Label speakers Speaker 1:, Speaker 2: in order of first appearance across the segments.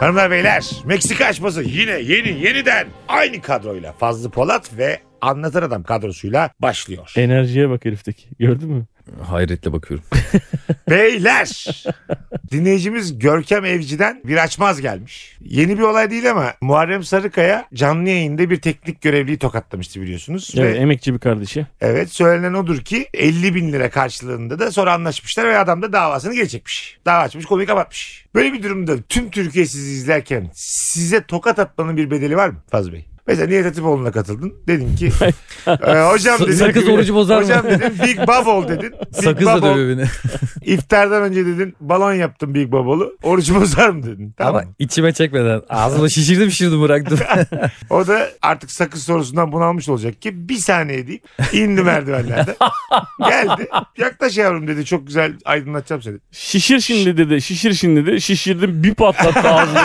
Speaker 1: Hanımlar beyler Meksika açması yine yeni yeniden aynı kadroyla Fazlı Polat ve Anlatan Adam kadrosuyla başlıyor.
Speaker 2: Enerjiye bak herifteki. Gördün mü?
Speaker 3: Hayretle bakıyorum.
Speaker 1: Beyler dinleyicimiz Görkem Evci'den bir açmaz gelmiş. Yeni bir olay değil ama Muharrem Sarıkaya canlı yayında bir teknik görevliyi tokatlamıştı biliyorsunuz.
Speaker 2: Evet,
Speaker 1: Ve
Speaker 2: emekçi bir kardeşi.
Speaker 1: evet söylenen odur ki 50 bin lira karşılığında da sonra anlaşmışlar ve adam da davasını geri çekmiş. Dava açmış konuyu kapatmış. Böyle bir durumda tüm Türkiye sizi izlerken size tokat atmanın bir bedeli var mı Fazıl Bey? Mesela Nihat Hatipoğlu'na katıldın. Dedin ki e, hocam dedin.
Speaker 3: Sakız orucu bozar
Speaker 1: Hocam
Speaker 3: mı?
Speaker 1: dedin Big Bob ol dedin. Big Bob
Speaker 3: Sakızla
Speaker 1: ol.
Speaker 3: dövüyor beni.
Speaker 1: İftardan önce dedin balon yaptım Big Babalı. Oruç bozar mı dedin. Tamam.
Speaker 3: Ama içime çekmeden ağzıma şişirdim şişirdim bıraktım.
Speaker 1: O da artık sakız sorusundan bunalmış olacak ki bir saniye deyip indi merdivenlerden. Geldi. Yaklaş yavrum dedi. Çok güzel aydınlatacağım seni.
Speaker 2: Şişir şimdi dedi. Şişir şimdi dedi. Şişirdim bir patlattı ağzını.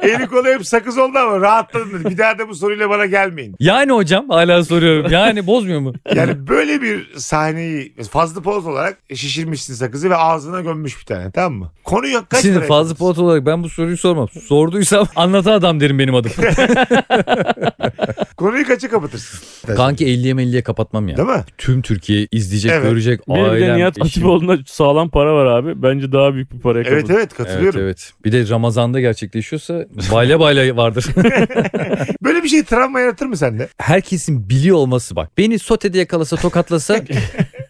Speaker 1: Eli kolu hep sakız oldu ama rahatladım dedi. Bir daha da bu soruyla bana gelmeyin.
Speaker 3: yani hocam hala soruyorum. Yani bozmuyor mu?
Speaker 1: Yani böyle bir sahneyi fazla poz olarak şişirmişsin sakızı ve ağzına gömmüş bir tane tamam mı? Konu yok kaç
Speaker 3: Şimdi
Speaker 1: lira
Speaker 3: fazla
Speaker 1: yapıyorsun?
Speaker 3: pot olarak ben bu soruyu sormam. Sorduysam anlatan adam derim benim adım.
Speaker 1: Konuyu kaça kapatırsın?
Speaker 3: Kanki 50'ye 50'ye kapatmam ya.
Speaker 1: Değil mi?
Speaker 3: Tüm Türkiye izleyecek,
Speaker 1: Evet.
Speaker 3: görecek.
Speaker 2: Benim de
Speaker 3: ailem,
Speaker 2: Nihat
Speaker 3: eşim.
Speaker 2: Atipoğlu'na sağlam para var abi. Bence daha büyük bir paraya
Speaker 1: Evet
Speaker 2: kapatır.
Speaker 1: evet
Speaker 3: Evet
Speaker 1: katılıyorum.
Speaker 3: evet. Bir de Ramazan'da gerçekleşiyorsa bayla bayla vardır.
Speaker 1: Böyle bir şey travma yaratır mı sende?
Speaker 3: Herkesin biliyor olması bak. Beni sotede yakalasa tokatlasa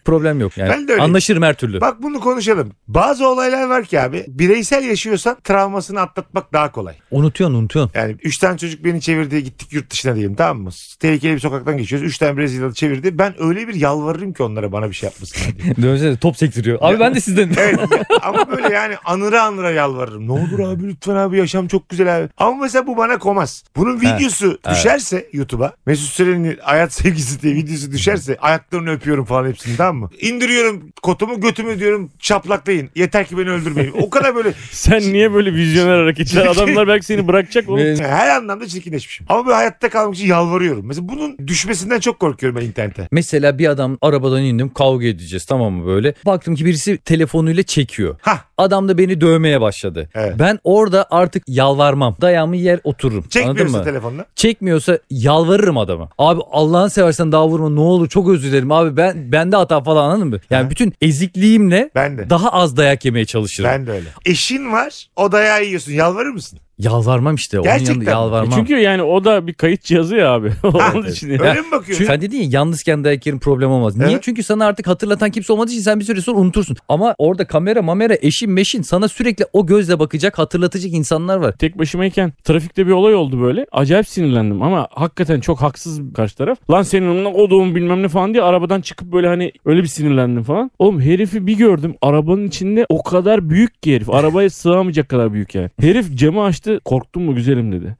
Speaker 3: problem yok. Yani
Speaker 1: Ben de öyle.
Speaker 3: anlaşırım her türlü.
Speaker 1: Bak bunu konuşalım. Bazı olaylar var ki abi bireysel yaşıyorsan travmasını atlatmak daha kolay.
Speaker 3: Unutuyorsun unutuyorsun.
Speaker 1: Yani 3 tane çocuk beni çevirdi gittik yurt dışına diyelim tamam mı? Tehlikeli bir sokaktan geçiyoruz. 3 tane Brezilyalı çevirdi. Ben öyle bir yalvarırım ki onlara bana bir şey yapmasınlar diye.
Speaker 3: Dönse de top sektiriyor. Abi ben de sizden.
Speaker 1: Evet ama böyle yani anıra anıra yalvarırım. Ne olur abi lütfen abi yaşam çok güzel abi. Ama mesela bu bana komaz. Bunun videosu düşerse YouTube'a Mesut Süren'in hayat sevgisi diye videosu düşerse ayaklarını öpüyorum falan hepsini tamam mı? İndiriyorum kotumu götümü diyorum çaplaklayın. Yeter ki beni öldürmeyin. O kadar böyle
Speaker 2: Sen niye böyle vizyoner hareketler? Adamlar belki seni bırakacak oğlum. E
Speaker 3: Ve-
Speaker 1: Her anlamda çirkinleşmişim. Ama böyle hayatta kalmak için yalvarıyorum. Mesela bunun düşmesinden çok korkuyorum ben internete.
Speaker 3: Mesela bir adam arabadan indim kavga edeceğiz tamam mı böyle. Baktım ki birisi telefonuyla çekiyor.
Speaker 1: Hah.
Speaker 3: Adam da beni dövmeye başladı.
Speaker 1: Evet.
Speaker 3: Ben orada artık yalvarmam. Dayağımı yer otururum. Anladın
Speaker 1: Çekmiyorsa
Speaker 3: mı?
Speaker 1: telefonla.
Speaker 3: Çekmiyorsa yalvarırım adama. Abi Allah'ını seversen daha vurma ne olur çok özür dilerim abi ben bende hata falan anladın mı? Yani
Speaker 1: Ha.
Speaker 3: bütün ezikliğimle
Speaker 1: Ben de.
Speaker 3: daha az dayak yemeye çalışırım.
Speaker 1: Ben de öyle. Eşin var o dayağı yiyorsun. Yalvarır mısın?
Speaker 3: Yalvarmam işte onun
Speaker 1: Gerçekten
Speaker 3: yanında
Speaker 1: mi? E
Speaker 3: yalvarmam.
Speaker 2: Çünkü yani o da bir kayıt cihazı ya abi. Onun
Speaker 1: evet.
Speaker 2: için ya.
Speaker 1: Öyle mi bakıyorsun?
Speaker 3: Sen dedin ya yalnızken dayak yerim problem olmaz. Niye?
Speaker 1: Evet.
Speaker 3: Çünkü sana artık hatırlatan kimse olmadığı için sen bir süre sonra unutursun. Ama orada kamera mamera eşin meşin sana sürekli o gözle bakacak hatırlatacak insanlar var.
Speaker 2: Tek başımayken trafikte bir olay oldu böyle. Acayip sinirlendim ama hakikaten çok haksız karşı taraf. Lan senin onunla odum bilmem ne falan diye arabadan çıkıp böyle hani öyle bir sinirlendim falan. Oğlum herifi bir gördüm arabanın içinde o kadar büyük ki herif. Arabaya sığamayacak kadar büyük yani. Herif camı açtı korktun mu güzelim dedi.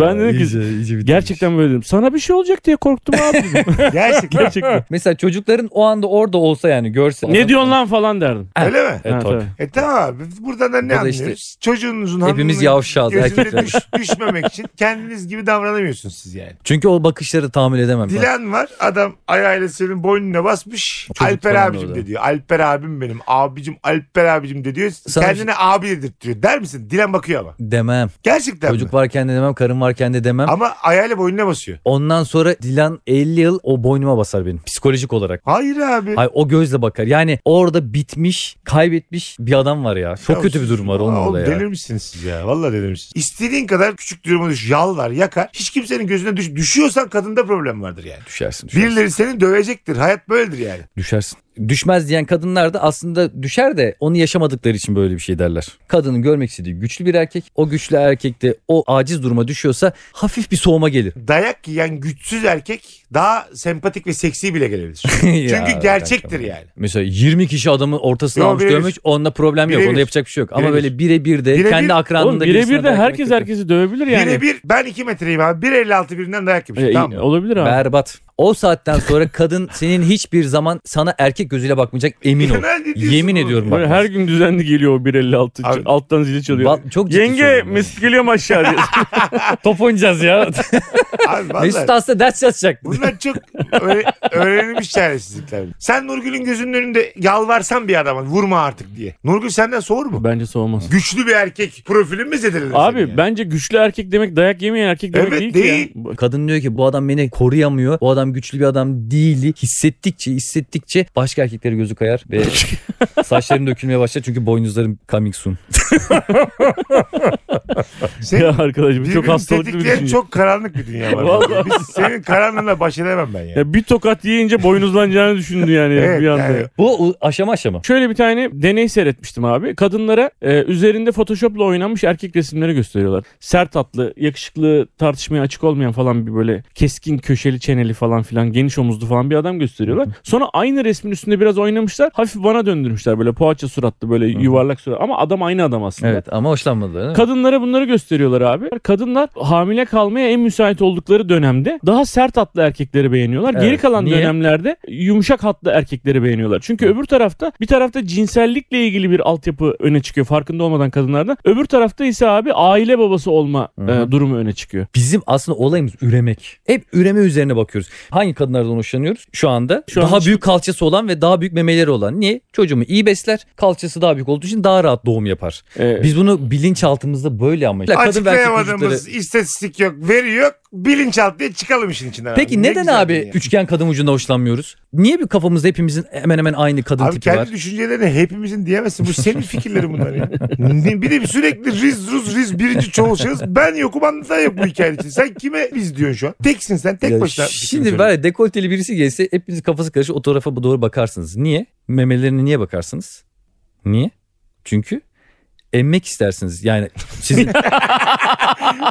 Speaker 2: Ben dedim ki, iyice- Gerçekten böyle dedim. Sana bir şey olacak diye korktum abi dedim.
Speaker 1: Gerçekten.
Speaker 2: Gerçekten.
Speaker 3: Mesela çocukların o anda orada olsa yani görse.
Speaker 2: ne diyorsun lan falan derdim.
Speaker 1: öyle mi?
Speaker 3: Evet,
Speaker 2: Ha,
Speaker 3: tabii.
Speaker 2: tabii.
Speaker 1: E tamam abi. Buradan da ne
Speaker 3: Burada işte
Speaker 1: anlıyoruz? Çocuğunuzun
Speaker 3: Hepimiz
Speaker 1: hanımının
Speaker 3: yavşağız
Speaker 1: gözüne
Speaker 3: erkekler.
Speaker 1: düş- düşmemek için kendiniz gibi davranamıyorsunuz siz yani.
Speaker 3: Çünkü o bakışları tahammül edemem. ben.
Speaker 1: Dilan var adam ayağıyla senin boynuna basmış.
Speaker 3: Çocuk
Speaker 1: Alper
Speaker 3: falan
Speaker 1: abicim
Speaker 3: orada.
Speaker 1: de diyor. Alper abim benim. Abicim Alper abicim de diyor.
Speaker 3: Sana bir
Speaker 1: Kendine abi dedirtiyor. Der misin? Dilan bakıyor ama.
Speaker 3: Demem.
Speaker 1: Gerçekten mi?
Speaker 3: Çocuk varken de demem, karım varken de demem.
Speaker 1: Ama ayağıyla boynuna basıyor.
Speaker 3: Ondan sonra Dilan 50 yıl o boynuma basar benim psikolojik olarak.
Speaker 1: Hayır abi.
Speaker 3: Hayır o gözle bakar. Yani orada bitmiş, kaybetmiş bir adam var ya. Çok
Speaker 1: Ya
Speaker 3: kötü bir durum var onun
Speaker 1: Aa,
Speaker 3: orada
Speaker 1: oğlum
Speaker 3: ya.
Speaker 1: delirmişsiniz siz ya. Vallahi delirmişsiniz. İstediğin kadar küçük duruma düş. Yalvar, yakar. Hiç kimsenin gözüne düş. Düşüyorsan kadında problem vardır yani.
Speaker 3: Düşersin, düşersin.
Speaker 1: Birileri seni dövecektir. Hayat böyledir yani.
Speaker 3: Düşersin. Düşmez diyen kadınlar da aslında düşer de onu yaşamadıkları için böyle bir şey derler. Kadının görmek istediği güçlü bir erkek. O güçlü erkekte o aciz duruma düşüyorsa hafif bir soğuma gelir.
Speaker 1: Dayak yiyen güçsüz erkek daha sempatik ve seksi bile gelebilir.
Speaker 3: Ya,
Speaker 1: Çünkü gerçektir
Speaker 3: kanka.
Speaker 1: yani.
Speaker 3: Mesela 20 kişi adamı ortasına
Speaker 1: Yo,
Speaker 3: almış
Speaker 1: birebir.
Speaker 3: dövmüş onunla problem yok.
Speaker 1: Birebir.
Speaker 3: Onda yapacak bir şey yok. Ama
Speaker 1: Birebir.
Speaker 3: böyle birebir de
Speaker 1: Birebir.
Speaker 3: kendi akranında
Speaker 2: Oğlum
Speaker 3: birisine
Speaker 2: birebir de
Speaker 3: dayak yemek
Speaker 2: herkes
Speaker 3: kötü.
Speaker 2: herkesi dövebilir yani.
Speaker 1: Birebir ben 2 metreyim abi. 1.56 birinden dayak yemiş.
Speaker 2: E,
Speaker 1: tamam mı?
Speaker 2: Olabilir abi.
Speaker 3: Berbat. O saatten sonra kadın senin hiçbir zaman sana erkek gözüyle bakmayacak emin ol.
Speaker 1: Genelde diyorsun
Speaker 3: Yemin
Speaker 1: oğlum.
Speaker 3: ediyorum bak.
Speaker 2: Böyle her gün düzenli geliyor o 1.56.
Speaker 1: Abi-
Speaker 2: Alttan zili çalıyor.
Speaker 3: Va- çok ciddi
Speaker 2: Yenge
Speaker 3: söylüyorum.
Speaker 2: mesut geliyor mu aşağı diye.
Speaker 3: top oynayacağız ya.
Speaker 1: Abi vallahi.
Speaker 3: Mesut aslında ders yazacak.
Speaker 1: Bunlar çok öğre- öğrenilmiş çaresizlikler. Sen Nurgül'ün gözünün önünde yalvarsan bir adama vurma artık diye. Nurgül senden soğur mu?
Speaker 2: Bence soğumaz.
Speaker 1: Güçlü bir erkek profilin mi zedelenir?
Speaker 2: Abi
Speaker 1: senin yani?
Speaker 2: bence güçlü erkek demek dayak yemeyen erkek demek
Speaker 1: Evet,
Speaker 2: değil ki
Speaker 1: değil.
Speaker 2: ya.
Speaker 3: Kadın diyor ki bu adam beni koruyamıyor. Bu adam güçlü bir adam değil. Hissettikçe hissettikçe başka erkeklere gözü kayar ve saçlarım dökülmeye başlar çünkü boynuzlarım coming soon.
Speaker 1: Senin
Speaker 2: Ya arkadaşım
Speaker 1: birbirini
Speaker 2: çok hastalıklı bir
Speaker 1: tetikleyen
Speaker 2: düşünce.
Speaker 1: çok karanlık bir dünya var.
Speaker 2: Vallahi.
Speaker 1: Biz senin karanlığınla baş edemem ben ya.
Speaker 2: Ya bir tokat yiyince boynuzlanacağını düşündü yani
Speaker 1: Evet,
Speaker 2: bir anda.
Speaker 1: yani.
Speaker 3: Bu u- aşama aşama.
Speaker 2: Şöyle bir tane deney seyretmiştim abi. Kadınlara e, üzerinde Photoshop'la oynanmış erkek resimleri gösteriyorlar. Sert atlı, yakışıklı, tartışmaya açık olmayan falan bir böyle keskin köşeli çeneli falan filan geniş omuzlu falan bir adam gösteriyorlar. Sonra aynı resmin üstünde biraz oynamışlar. Hafif bana döndürmüşler böyle poğaça suratlı böyle
Speaker 3: hı.
Speaker 2: yuvarlak surat. Ama adam aynı adam aslında.
Speaker 3: Evet ama hoşlanmadılar değil mi?
Speaker 2: Kadınlara bunları gösteriyorlar abi. Kadınlar hamile kalmaya en müsait oldukları dönemde daha sert hatlı erkekleri beğeniyorlar.
Speaker 3: Evet.
Speaker 2: Geri kalan
Speaker 3: Niye?
Speaker 2: dönemlerde yumuşak hatlı erkekleri beğeniyorlar. Çünkü öbür tarafta bir tarafta cinsellikle ilgili bir altyapı öne çıkıyor farkında olmadan kadınlarda. Öbür tarafta ise abi aile babası olma
Speaker 3: Hı hı.
Speaker 2: e, durumu öne çıkıyor.
Speaker 3: Bizim aslında olayımız üremek. Hep üreme üzerine bakıyoruz. Hangi kadınlardan hoşlanıyoruz şu anda?
Speaker 2: Şu
Speaker 3: daha
Speaker 2: anda-
Speaker 3: büyük kalçası olan ve daha büyük memeleri olan. Niye? Çocuğumu iyi besler. Kalçası daha büyük olduğu için daha rahat doğum yapar.
Speaker 2: E,
Speaker 3: Biz bunu bilinçaltımızda böyle ama. Kadın ve erkek
Speaker 1: Açıklayamadığımız
Speaker 3: vücutları-
Speaker 1: istatistik yok, veri yok. Bilinçaltı diye çıkalım işin içinden.
Speaker 3: Peki
Speaker 1: abi. Ne
Speaker 3: neden
Speaker 1: güzel
Speaker 3: abi
Speaker 1: dünya.
Speaker 3: üçgen kadın vücudunda hoşlanmıyoruz? Niye bir kafamızda hepimizin hemen hemen aynı kadın
Speaker 1: Abi
Speaker 3: tipi
Speaker 1: kendi
Speaker 3: var?
Speaker 1: düşüncelerini hepimizin diyemezsin. Bu senin fikirlerin bunlar ya. Ne- bir de sürekli riz ruz riz birinci çoğul şahıs. Ben yokum anlatan yok bu hikaye için. Sen kime biz diyorsun şu an? Teksin sen tek
Speaker 3: Ya
Speaker 1: başına.
Speaker 3: şimdi var ya dekolteli birisi gelse hepiniz kafası karışık o tarafa doğru bakarsınız. Niye? Memelerine niye bakarsınız? Niye? Çünkü emmek istersiniz. Yani sizin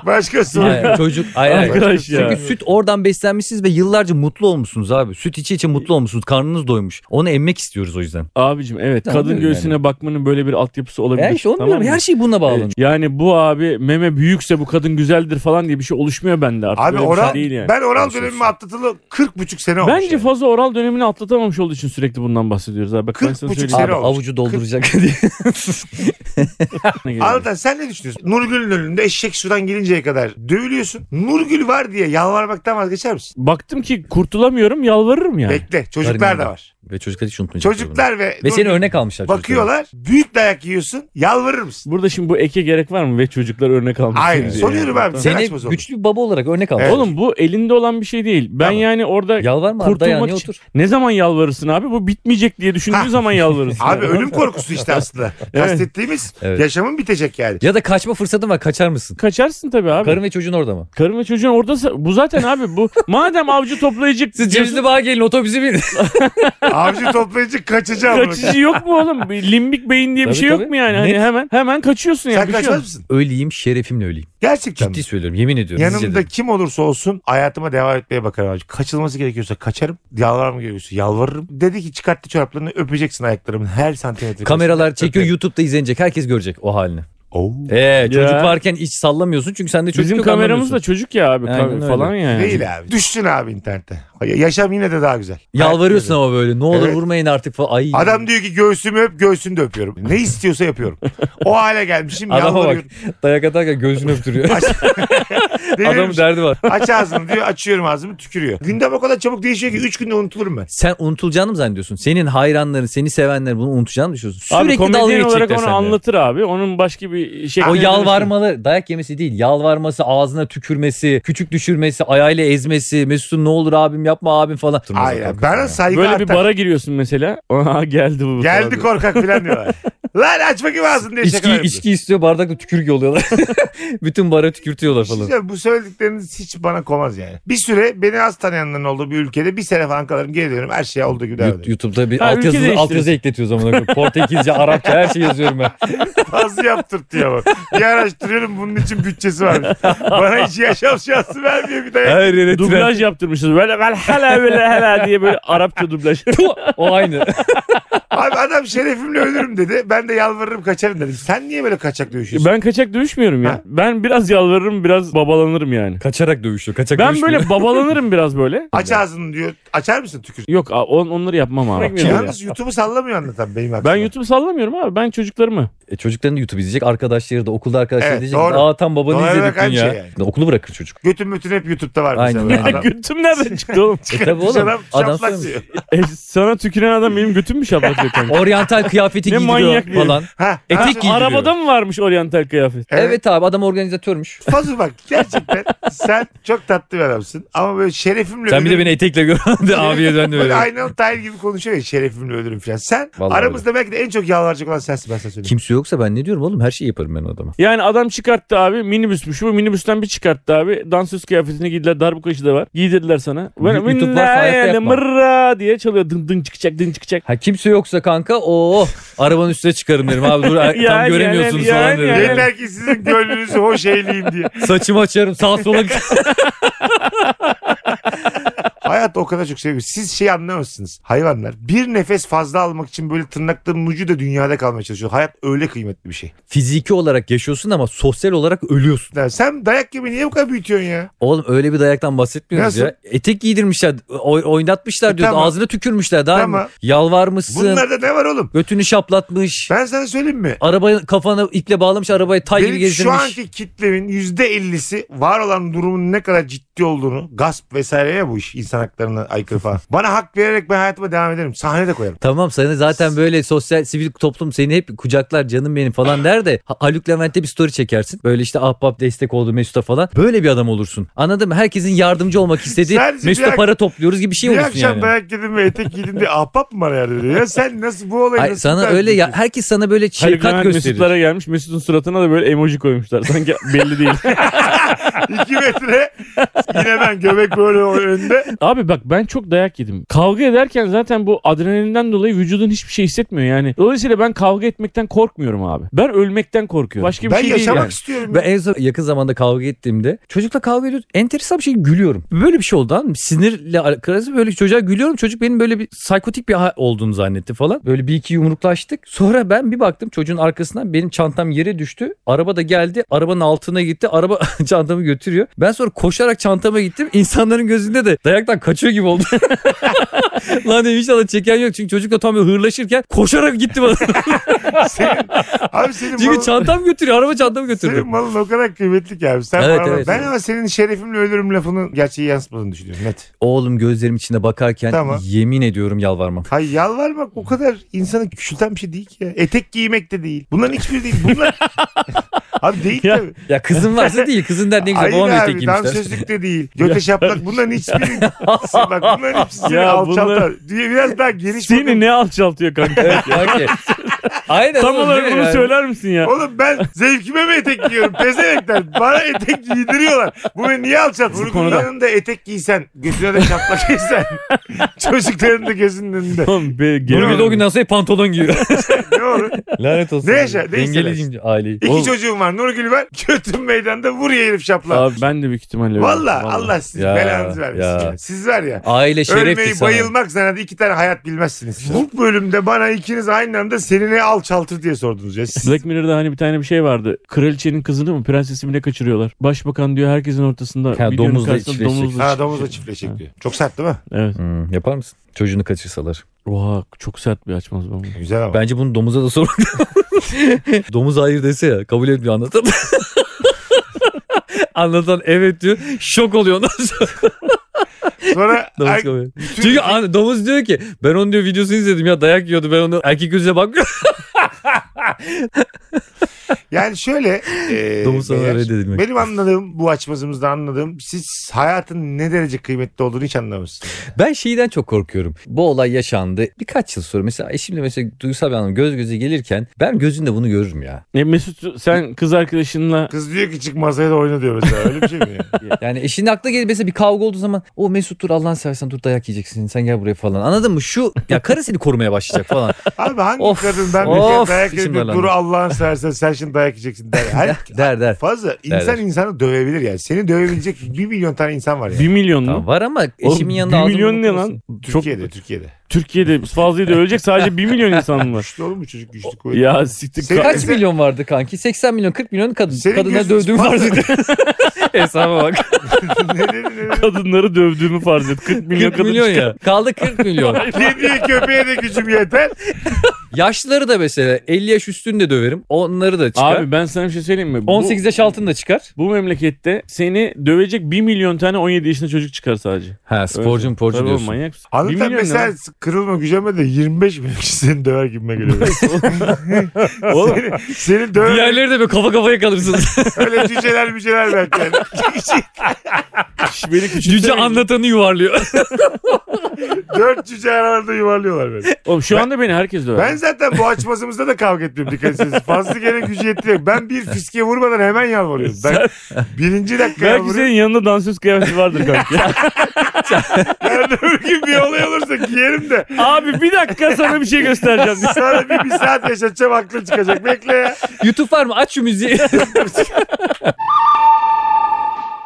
Speaker 1: Başka soru.
Speaker 3: yani çocuk hayır, hayır.
Speaker 2: arkadaş ya.
Speaker 3: Çünkü süt oradan beslenmişsiniz ve yıllarca mutlu olmuşsunuz abi. Süt içe içe mutlu olmuşsunuz. Karnınız doymuş. Onu emmek istiyoruz o yüzden.
Speaker 2: Abicim evet
Speaker 3: Tamam
Speaker 2: kadın
Speaker 3: diyorum
Speaker 2: göğsüne bakmanın böyle bir altyapısı olabilir.
Speaker 3: Ya işte onu
Speaker 2: tamam
Speaker 3: diyorum.
Speaker 2: mı?
Speaker 3: Her şey bununla bağlanıyor.
Speaker 2: E, Yani bu abi meme büyükse bu kadın güzeldir falan diye bir şey oluşmuyor bende artık.
Speaker 1: Abi
Speaker 2: Öyle bir şey
Speaker 1: oral,
Speaker 2: değil yani.
Speaker 1: ben oral
Speaker 3: Olsun.
Speaker 1: dönemimi atlatılı 40 buçuk sene olmuş.
Speaker 2: Bence
Speaker 1: yani.
Speaker 2: fazla oral dönemini atlatamamış olduğu için sürekli bundan bahsediyoruz abi. Bak ben
Speaker 1: 40,5
Speaker 2: sana söyleyeyim.
Speaker 1: sene
Speaker 3: Abi
Speaker 1: olmuş.
Speaker 3: avucu dolduracak diye.
Speaker 2: Aklına geliyor.
Speaker 1: Anlatan sen ne düşünüyorsun? Nurgül'ün önünde eşek sudan gelinceye kadar dövülüyorsun. Nurgül var diye yalvarmaktan vazgeçer misin?
Speaker 2: Baktım ki kurtulamıyorum yalvarırım yani.
Speaker 1: Bekle çocuklar da var.
Speaker 3: ve çocuklar hiç unutmayacak.
Speaker 1: Çocuklar ve,
Speaker 3: Ve seni
Speaker 1: Nurgül
Speaker 3: örnek almışlar. çocuklar.
Speaker 1: bakıyorlar. Büyük dayak yiyorsun. Yalvarır mısın?
Speaker 2: Burada şimdi bu eke gerek var mı ve çocuklar örnek almış.
Speaker 1: Hayır,
Speaker 2: şey yani.
Speaker 1: soruyorum abi. Sen açma
Speaker 3: Seni
Speaker 1: zorla.
Speaker 3: güçlü bir baba olarak örnek al.
Speaker 1: Evet.
Speaker 2: Oğlum bu elinde olan bir şey değil. Ben
Speaker 1: Tamam.
Speaker 2: yani orada
Speaker 3: Yalvarma abi
Speaker 2: kurtulmak
Speaker 3: dayan niye
Speaker 2: için-
Speaker 3: otur.
Speaker 2: ne zaman yalvarırsın abi? Bu bitmeyecek diye
Speaker 1: Ha.
Speaker 2: düşündüğün zaman yalvarırsın.
Speaker 1: Abi
Speaker 2: Yani.
Speaker 1: ölüm korkusu işte aslında. Kastettiğimiz
Speaker 3: Evet.
Speaker 1: yaşamın bitecek yani.
Speaker 3: Ya da kaçma fırsatın var kaçar mısın?
Speaker 2: Kaçarsın tabii abi.
Speaker 3: Karın ve çocuğun orada mı?
Speaker 2: Karın ve çocuğun orada bu zaten abi bu. Madem avcı toplayıcı
Speaker 3: Siz Cevizli Bağ'a gelin otobüsü bin.
Speaker 1: Avcı toplayıcı kaçacağım.
Speaker 2: kaçıcı yok mu oğlum? Bir Limbik beyin diye bir
Speaker 3: Tabii,
Speaker 2: şey
Speaker 3: tabii.
Speaker 2: yok mu yani? Hani
Speaker 3: Net.
Speaker 2: hemen hemen kaçıyorsun yani.
Speaker 1: Sen
Speaker 2: bir şey
Speaker 1: kaçmaz
Speaker 2: yok.
Speaker 1: mısın?
Speaker 3: öleyim şerefimle öleyim.
Speaker 1: Gerçekten.
Speaker 3: Ciddi söylüyorum yemin ediyorum. sizce
Speaker 1: Yanımda
Speaker 3: de.
Speaker 1: kim olursa olsun hayatıma devam etmeye bakarım. abi. Kaçılması gerekiyorsa kaçarım. Yalvarmam gerekiyorsa yalvarırım. Dedi ki çıkarttı çoraplarını öpeceksin ayaklarımın her santimetre.
Speaker 3: Kameralar çekiyor
Speaker 1: Öperim.
Speaker 3: YouTube'da izlenecek. Herkes görecek o halini.
Speaker 1: Oo.
Speaker 3: Ee, çocuk
Speaker 2: Ya.
Speaker 3: varken hiç sallamıyorsun çünkü sende çocuk
Speaker 2: Bizim
Speaker 3: yok
Speaker 2: kameramız da
Speaker 3: anlamıyorsun.
Speaker 2: çocuk ya abi
Speaker 3: Aynen
Speaker 2: ka-
Speaker 3: öyle.
Speaker 2: falan yani.
Speaker 1: Değil abi. Düşsün abi internete. Ya- Yaşam yine de daha güzel.
Speaker 3: Yalvarıyorsun ama böyle ne olur
Speaker 1: Evet.
Speaker 3: vurmayın artık falan. Ay.
Speaker 1: Adam diyor ki göğsümü öp göğsünü de öpüyorum. Ne istiyorsa yapıyorum. O hale gelmişim
Speaker 3: Adama bak
Speaker 1: yalvarıyorum.
Speaker 3: dayak atarken gözünü öptürüyor. Adamın
Speaker 1: Delirmiş.
Speaker 3: derdi var.
Speaker 1: Aç ağzını diyor açıyorum ağzımı tükürüyor. Gündem o kadar çabuk değişiyor ki 3 günde unutulurum ben.
Speaker 3: Sen unutulacağını mı zannediyorsun? Senin hayranların, seni sevenler bunu unutacağını mı düşünüyorsun?
Speaker 2: Abi
Speaker 3: Sürekli dalga
Speaker 2: komedyen olarak
Speaker 3: geçecekler
Speaker 2: onu
Speaker 3: seninle.
Speaker 2: anlatır abi. Onun başka bir şey.
Speaker 3: O yalvarmalı dayak yemesi değil yalvarması ağzına tükürmesi küçük düşürmesi ayağıyla ezmesi Mesut'un ne olur abim yapma abim falan. Durmaz
Speaker 1: Hayır
Speaker 3: o
Speaker 1: abi,
Speaker 3: kafasına
Speaker 1: bana
Speaker 3: ya.
Speaker 1: saygı
Speaker 2: Böyle bir
Speaker 1: artar.
Speaker 2: bara giriyorsun mesela. Aha geldi bu. falan
Speaker 1: Geldi
Speaker 2: diyor.
Speaker 1: korkak falan diyorlar. Lan aç bakayım ağzını diye şaka
Speaker 3: İçki,
Speaker 1: yapıyor.
Speaker 3: içki istiyor bardakla tükürük yolluyorlar. Bütün bara tükürtüyorlar
Speaker 1: Bir şey
Speaker 3: falan.
Speaker 1: söyleyeyim, bu söyledikleriniz hiç bana komaz yani. Bir süre beni az tanıyanların olduğu bir ülkede bir sene falan kalırım geri dönüyorum. Her şey olduğu gibi devam
Speaker 3: Yu-
Speaker 1: ediyor.
Speaker 3: YouTube'da bir
Speaker 2: Ha, ülke
Speaker 3: altyazı,
Speaker 2: değiştirirsin.
Speaker 3: altyazı ekletiyor zamanında. Portekizce, Arapça her şeyi yazıyorum ben.
Speaker 1: Nasıl yaptırtıyor bak. Bir araştırıyorum bunun için bütçesi varmış. Bana hiç yaşam şansı vermiyor bir dayak.
Speaker 3: Her yere tren.
Speaker 2: Dublaj yaptırmışız. Böyle böyle hala böyle hala diye böyle Arapça dublaj.
Speaker 3: O aynı.
Speaker 1: Abi adam şerefimle ölürüm dedi. Ben ben de yalvarırım kaçarım dedim. Sen niye böyle kaçak dövüşüyorsun?
Speaker 2: Ben kaçak dövüşmüyorum ya.
Speaker 1: Ha.
Speaker 2: Ben biraz yalvarırım biraz babalanırım yani.
Speaker 3: Kaçarak dövüşüyor. Kaçak
Speaker 2: Ben
Speaker 3: dövüşmüyor.
Speaker 2: böyle babalanırım biraz böyle.
Speaker 1: Aç ağzını diyor. Açar mısın tükür?
Speaker 2: Yok a- on, onları yapmam abi.
Speaker 1: Yalnız YouTube'u sallamıyor anlatan benim aklıma.
Speaker 2: Ben YouTube sallamıyorum abi. Ben çocuklarımı.
Speaker 3: E, çocukların da YouTube izleyecek. Arkadaşları da okulda arkadaşları
Speaker 1: Evet,
Speaker 3: diyecek.
Speaker 1: doğru.
Speaker 3: Aa tam babanı
Speaker 1: Doğal
Speaker 3: izledik
Speaker 1: olarak
Speaker 3: dün
Speaker 1: aynı
Speaker 3: ya.
Speaker 1: şey yani.
Speaker 3: Ya Okulu bırakır çocuk.
Speaker 1: Götüm bütün hep YouTube'da var mesela.
Speaker 3: Aynen, aynen.
Speaker 1: Adam-
Speaker 2: Götüm nereden çıktı oğlum?
Speaker 3: E tabi
Speaker 1: Dışarı
Speaker 3: oğlum. Adam
Speaker 1: şaplak
Speaker 3: söylemiş.
Speaker 1: diyor.
Speaker 2: E, sana tüküren adam benim götüm mü şaplak kanka?
Speaker 3: Oryantal kıyafeti
Speaker 2: Ne
Speaker 3: giydiriyor
Speaker 2: manyak bir-
Speaker 3: falan.
Speaker 1: Ha,
Speaker 3: Etek
Speaker 1: ha,
Speaker 3: giydiriyor.
Speaker 2: Arabada mı varmış oryantal kıyafet?
Speaker 3: Evet.
Speaker 1: Evet.
Speaker 3: abi adam organizatörmüş.
Speaker 1: Fazıl bak gerçekten sen çok tatlı bir adamsın. Ama böyle şerefimle
Speaker 3: Sen bir de
Speaker 1: ölürüm-
Speaker 3: beni etekle gördün de abiye döndü
Speaker 1: Böyle
Speaker 3: böyle.
Speaker 1: aynalı tahil gibi konuşuyor ya şerefimle ölürüm falan. Sen
Speaker 3: Vallahi
Speaker 1: aramızda belki de en çok yalvaracak olan sensin ben sana söyleyeyim.
Speaker 3: Kimse yoksa ben ne diyorum oğlum her şeyi yaparım ben o adama.
Speaker 2: Yani adam çıkarttı abi minibüsmüş bu minibüsten bir çıkarttı abi dansöz kıyafetini giydiler darbukacı da var giydirdiler sana. Böyle
Speaker 3: YouTube var, hayatta
Speaker 2: "Minna
Speaker 3: yapma."
Speaker 2: mırra diye çalıyor dın dın çıkacak dın çıkacak.
Speaker 3: Ha kimse yoksa kanka o arabanın üstüne çıkarım derim abi dur tam
Speaker 2: Yani,
Speaker 3: göremiyorsunuz
Speaker 2: yani,
Speaker 3: falan derim.
Speaker 2: yani.
Speaker 1: Yeter ki sizin gönlünüzü hoş eyleyeyim diye.
Speaker 3: Saçımı açarım sağ sola
Speaker 1: Hayat o kadar çok seviyor. Siz şey anlamazsınız hayvanlar. Bir nefes fazla almak için böyle tırnakların ucu da dünyada kalmaya çalışıyor. Hayat öyle kıymetli bir şey.
Speaker 3: Fiziki olarak yaşıyorsun ama sosyal olarak ölüyorsun.
Speaker 1: Ya sen dayak gibi niye bu kadar büyütüyorsun ya?
Speaker 3: Oğlum öyle bir dayaktan bahsetmiyoruz
Speaker 1: Nasıl?
Speaker 3: ya. Etek giydirmişler, oy- oynatmışlar
Speaker 1: E,
Speaker 3: diyorsun.
Speaker 1: tamam.
Speaker 3: Ağzına tükürmüşler daha
Speaker 1: Tamam.
Speaker 3: mı? Yalvarmışsın.
Speaker 1: Bunlarda ne var oğlum?
Speaker 3: Götünü şaplatmış.
Speaker 1: Ben sana söyleyeyim mi?
Speaker 3: Arabayı kafana iple bağlamış arabayı tay gibi
Speaker 1: Benim şu
Speaker 3: gezdirmiş.
Speaker 1: anki kitlemin %50'si var olan durumun ne kadar ciddi olduğunu gasp vesaire ya bu iş insan haklarına aykırı falan. Bana hak vererek ben hayatıma devam ederim. Sahnede koyarım.
Speaker 3: Tamam sana zaten böyle sosyal sivil toplum seni hep kucaklar canım benim falan der de Ha- Haluk Levent'e bir story çekersin. Böyle işte ahbap destek oldu Mesut'a falan. Böyle bir adam olursun. Anladın mı? Herkesin yardımcı olmak istediği
Speaker 1: Sadece bir
Speaker 3: Mesut'a
Speaker 1: ak-
Speaker 3: para topluyoruz gibi bir şey
Speaker 1: bir
Speaker 3: olursun
Speaker 1: akşam
Speaker 3: yani.
Speaker 1: dayak yedim ve etek giydim diye ahbap mı bana yardım ediyor? Ya sen nasıl bu olayı
Speaker 3: Ay,
Speaker 1: nasıl
Speaker 3: sana
Speaker 1: tarif
Speaker 3: öyle ya
Speaker 1: ediyorsun?
Speaker 3: herkes sana böyle şefkat
Speaker 2: Şefkat
Speaker 3: gösterir.
Speaker 2: Mesutlara gelmiş Mesut'un suratına da böyle emoji koymuşlar sanki belli değil.
Speaker 1: İki metre yine ben göbek böyle o önde.
Speaker 2: Abi bak ben çok dayak yedim. Kavga ederken zaten bu adrenalinden dolayı vücudun hiçbir şey hissetmiyor yani. Dolayısıyla ben kavga etmekten korkmuyorum abi. Ben ölmekten korkuyorum. Başka bir
Speaker 1: ben
Speaker 2: şey
Speaker 1: yaşamak
Speaker 2: değil yani.
Speaker 1: istiyorum.
Speaker 3: Ben en son yakın zamanda kavga ettiğimde çocukla kavga ediyoruz. Enteresan bir şey gülüyorum. Böyle bir şey oldu anladın mı? Sinirle alakası böyle çocuğa gülüyorum. Çocuk benim böyle bir psikotik bir hal olduğunu zannetti falan. Böyle bir iki yumruklaştık. Sonra ben bir baktım çocuğun arkasından benim çantam yere düştü. Araba da geldi. Arabanın altına gitti. Araba çantamı götürüyor. Ben sonra koşarak çantama gittim. İnsanların gözünde de dayaktan kaçıyor gibi oldu. Lan dedim inşallah çeken yok. Çünkü çocukla tam böyle hırlaşırken koşarak gitti bana.
Speaker 1: Senin, abi senin
Speaker 3: Çünkü
Speaker 1: malın,
Speaker 3: çantam götürüyor. Araba çantamı götürdü.
Speaker 1: senin malın o kadar kıymetli ki abi. Sen
Speaker 3: Evet,
Speaker 1: bana-
Speaker 3: evet,
Speaker 1: ben
Speaker 3: evet.
Speaker 1: ama senin şerefimle ölürüm lafının gerçeği yansıtmadığını düşünüyorum. Net.
Speaker 3: Oğlum gözlerim içine bakarken
Speaker 1: Tamam.
Speaker 3: yemin ediyorum yalvarmam.
Speaker 1: Hay yalvarmak o kadar insanı küçülten bir şey değil ki ya. Etek giymek de değil. Bunların hiçbiri değil. Bunlar... abi değil
Speaker 2: Ya,
Speaker 1: tabii.
Speaker 3: Ya kızın varsa değil kızın der ne güzel
Speaker 1: Hayır
Speaker 3: babam etek
Speaker 1: abi
Speaker 3: giymişler.
Speaker 1: dansözlük de değil. Göte şaplak bunların hiçbiri. Bak bunların hepsi seni
Speaker 2: şey- Ya
Speaker 1: alçaltar.
Speaker 2: bunlar-
Speaker 1: Diye biraz daha geniş bakın.
Speaker 2: Seni ne alçaltıyor kanka?
Speaker 3: Evet, bak ya. Aynen
Speaker 2: Tam
Speaker 3: oğlum,
Speaker 2: olarak
Speaker 3: değil
Speaker 2: bunu
Speaker 3: mi yani?
Speaker 2: söyler misin ya?
Speaker 1: Oğlum ben zevkime mi etek giyiyorum? Pezevenkler bana etek giydiriyorlar. Bu beni niye alçaltır?
Speaker 2: Bu konuda-
Speaker 1: Vurgunlarını da etek giysen, gözüne de şaplak giysen, çocukların da gözünün önünde.
Speaker 2: Oğlum be,
Speaker 3: Bunu bir de o
Speaker 2: gene-
Speaker 3: günden sonra pantolon giyiyor.
Speaker 1: Ne olur?
Speaker 3: Lanet olsun.
Speaker 1: Ne yaşa- ne
Speaker 3: Dengeli
Speaker 1: hissedersin?
Speaker 3: şimdi aileyi.
Speaker 1: İki
Speaker 2: Oğlum.
Speaker 1: çocuğum var. Nurgül var. Götüm meydanda vur ya herif şaplak.
Speaker 2: Abi ben de büyük ihtimalle öyle.
Speaker 1: Valla Allah sizin
Speaker 3: Ya,
Speaker 1: belanızı vermesin.
Speaker 3: ya.
Speaker 1: ya. Siz var ya.
Speaker 3: Aile şerefti
Speaker 1: Ölmeyi
Speaker 3: sana.
Speaker 1: bayılmak zannede iki tane hayat bilmezsiniz. Bu bölümde bana ikiniz aynı anda seni ne alçaltır diye sordunuz ya. Siz-
Speaker 2: Black Mirror'da hani bir tane bir şey vardı. Kraliçenin kızını mı prensesi mi ne kaçırıyorlar? Başbakan diyor herkesin ortasında.
Speaker 3: Ha,
Speaker 2: videonun
Speaker 3: domuzla
Speaker 2: karşısında
Speaker 3: çiftleşecek.
Speaker 1: Ha domuzla
Speaker 2: çiftleşecek.
Speaker 1: çiftleşecek diyor. Çok sert değil mi?
Speaker 2: Evet.
Speaker 3: Hmm, yapar mısın? Çocuğunu kaçırsalar.
Speaker 2: Oha çok sert bir açmaz ben bunu.
Speaker 1: Güzel ama.
Speaker 3: Bence bunu domuza da sormak lazım. Domuz hayır dese ya kabul etmiyor anlatan. anlatan evet diyor. Şok oluyor ondan sonra.
Speaker 1: Sonra
Speaker 3: Domuz
Speaker 2: Er-
Speaker 1: ay-
Speaker 3: kabul-
Speaker 1: bütün-
Speaker 3: Çünkü an- domuz diyor ki ben onun diyor videosunu izledim ya dayak yiyordu ben onu erkek gözüyle bakmıyorum.
Speaker 1: Yani şöyle
Speaker 2: Ee,
Speaker 1: e,
Speaker 3: Domuz sana
Speaker 1: beyler,
Speaker 3: reddedilmek.
Speaker 1: benim anladığım bu açmazımızda anladığım siz hayatın ne derece kıymetli olduğunu hiç anlamazsınız.
Speaker 3: Ben şeyden çok korkuyorum. Bu olay yaşandı. Birkaç yıl sonra mesela eşimle mesela duysal bir hanım göz göze gelirken ben gözünde bunu görürüm ya.
Speaker 2: E Mesut sen kız arkadaşınla
Speaker 1: Kız diyor ki çık masaya da oyna diyor mesela öyle bir şey mi? ya?
Speaker 3: Yani eşinin aklına gelip mesela bir kavga olduğu zaman o Mesut dur Allah'ını seversen dur dayak yiyeceksin sen gel buraya falan. Anladın mı? Şu ya karı seni korumaya başlayacak falan.
Speaker 1: Abi hangi
Speaker 3: Of,
Speaker 1: kadın ben şey
Speaker 3: of. Of,
Speaker 1: dayak
Speaker 3: içim
Speaker 1: yedin.
Speaker 3: darlandı.
Speaker 1: Dur Allah'ın seversen sen şimdi dayak yiyeceksin der. Her,
Speaker 3: der der.
Speaker 1: fazla
Speaker 3: Der,
Speaker 1: insan
Speaker 3: der.
Speaker 1: insanı dövebilir yani. Seni dövebilecek bir milyon tane insan var yani.
Speaker 2: 1 milyon mu?
Speaker 3: Tamam, var ama
Speaker 2: Oğlum,
Speaker 3: eşimin yanında
Speaker 2: bir
Speaker 3: ağzını
Speaker 2: milyon ne
Speaker 3: burnunu
Speaker 2: lan?
Speaker 3: kırsın.
Speaker 2: Çok
Speaker 1: Türkiye'de Türkiye'de.
Speaker 2: Türkiye'de fazla da ölecek sadece 1 milyon insan var.
Speaker 1: Güçlü oğlum bu çocuk güçlü kuvvetli.
Speaker 2: ya siktir.
Speaker 1: Senin-
Speaker 2: Ka-
Speaker 3: Kaç
Speaker 1: Mesela-
Speaker 3: milyon vardı kanki? 80 milyon 40 milyon kadın.
Speaker 1: Senin
Speaker 3: Kadına
Speaker 1: gözün-
Speaker 3: dövdüğüm vardı. Hesaba bak.
Speaker 1: ne, ne, ne, ne?
Speaker 2: kadınları dövdüğümü farz et. 40 milyon
Speaker 3: 40
Speaker 2: kadın
Speaker 3: milyon
Speaker 2: çıkar.
Speaker 3: ya. Kaldı 40 milyon.
Speaker 1: Kediye köpeğe de gücüm yeter.
Speaker 3: Yaşlıları da mesela 50 yaş üstünü de döverim. Onları da çıkar.
Speaker 2: Abi ben sana bir şey söyleyeyim mi? Bu-
Speaker 3: 18 yaş altını da çıkar.
Speaker 2: Bu memlekette seni dövecek 1 milyon tane 17 yaşında çocuk çıkar sadece.
Speaker 3: Ha sporcum porcu
Speaker 2: Tabii oğlum
Speaker 3: diyorsun.
Speaker 2: manyak mısın? Bir
Speaker 1: Anlatan
Speaker 2: milyon ne
Speaker 1: mesela
Speaker 2: lan?
Speaker 1: kırılma gücenme de 25 bin kişi seni döver gibime geliyor. seni, seni döver.
Speaker 3: Diğerleri de böyle kafa kafaya kalırsınız.
Speaker 1: Öyle cüceler müceler belki. Yani.
Speaker 2: Beni küçültemeyin.
Speaker 3: Cüce anlatanı yuvarlıyor.
Speaker 1: Dört cüce aralarında yuvarlıyorlar beni.
Speaker 2: Oğlum şu anda beni herkes döver.
Speaker 1: Ben zaten bu açmazımızda da kavga etmiyorum dikkat etseniz. Fazla gene gücü yetiyor. Ben bir fiske vurmadan hemen yalvarıyorum. Ben birinci dakika
Speaker 2: Belki senin
Speaker 1: yalvarıyorum.
Speaker 2: yanında dansöz kıyafeti vardır kanka.
Speaker 1: Yarın öbür gün bir olay olursa giyerim de.
Speaker 2: Abi bir dakika sana bir şey göstereceğim.
Speaker 1: Sana bir, bir saat yaşatacağım aklın çıkacak. Bekle ya.
Speaker 3: YouTube var mı? Aç şu müziği.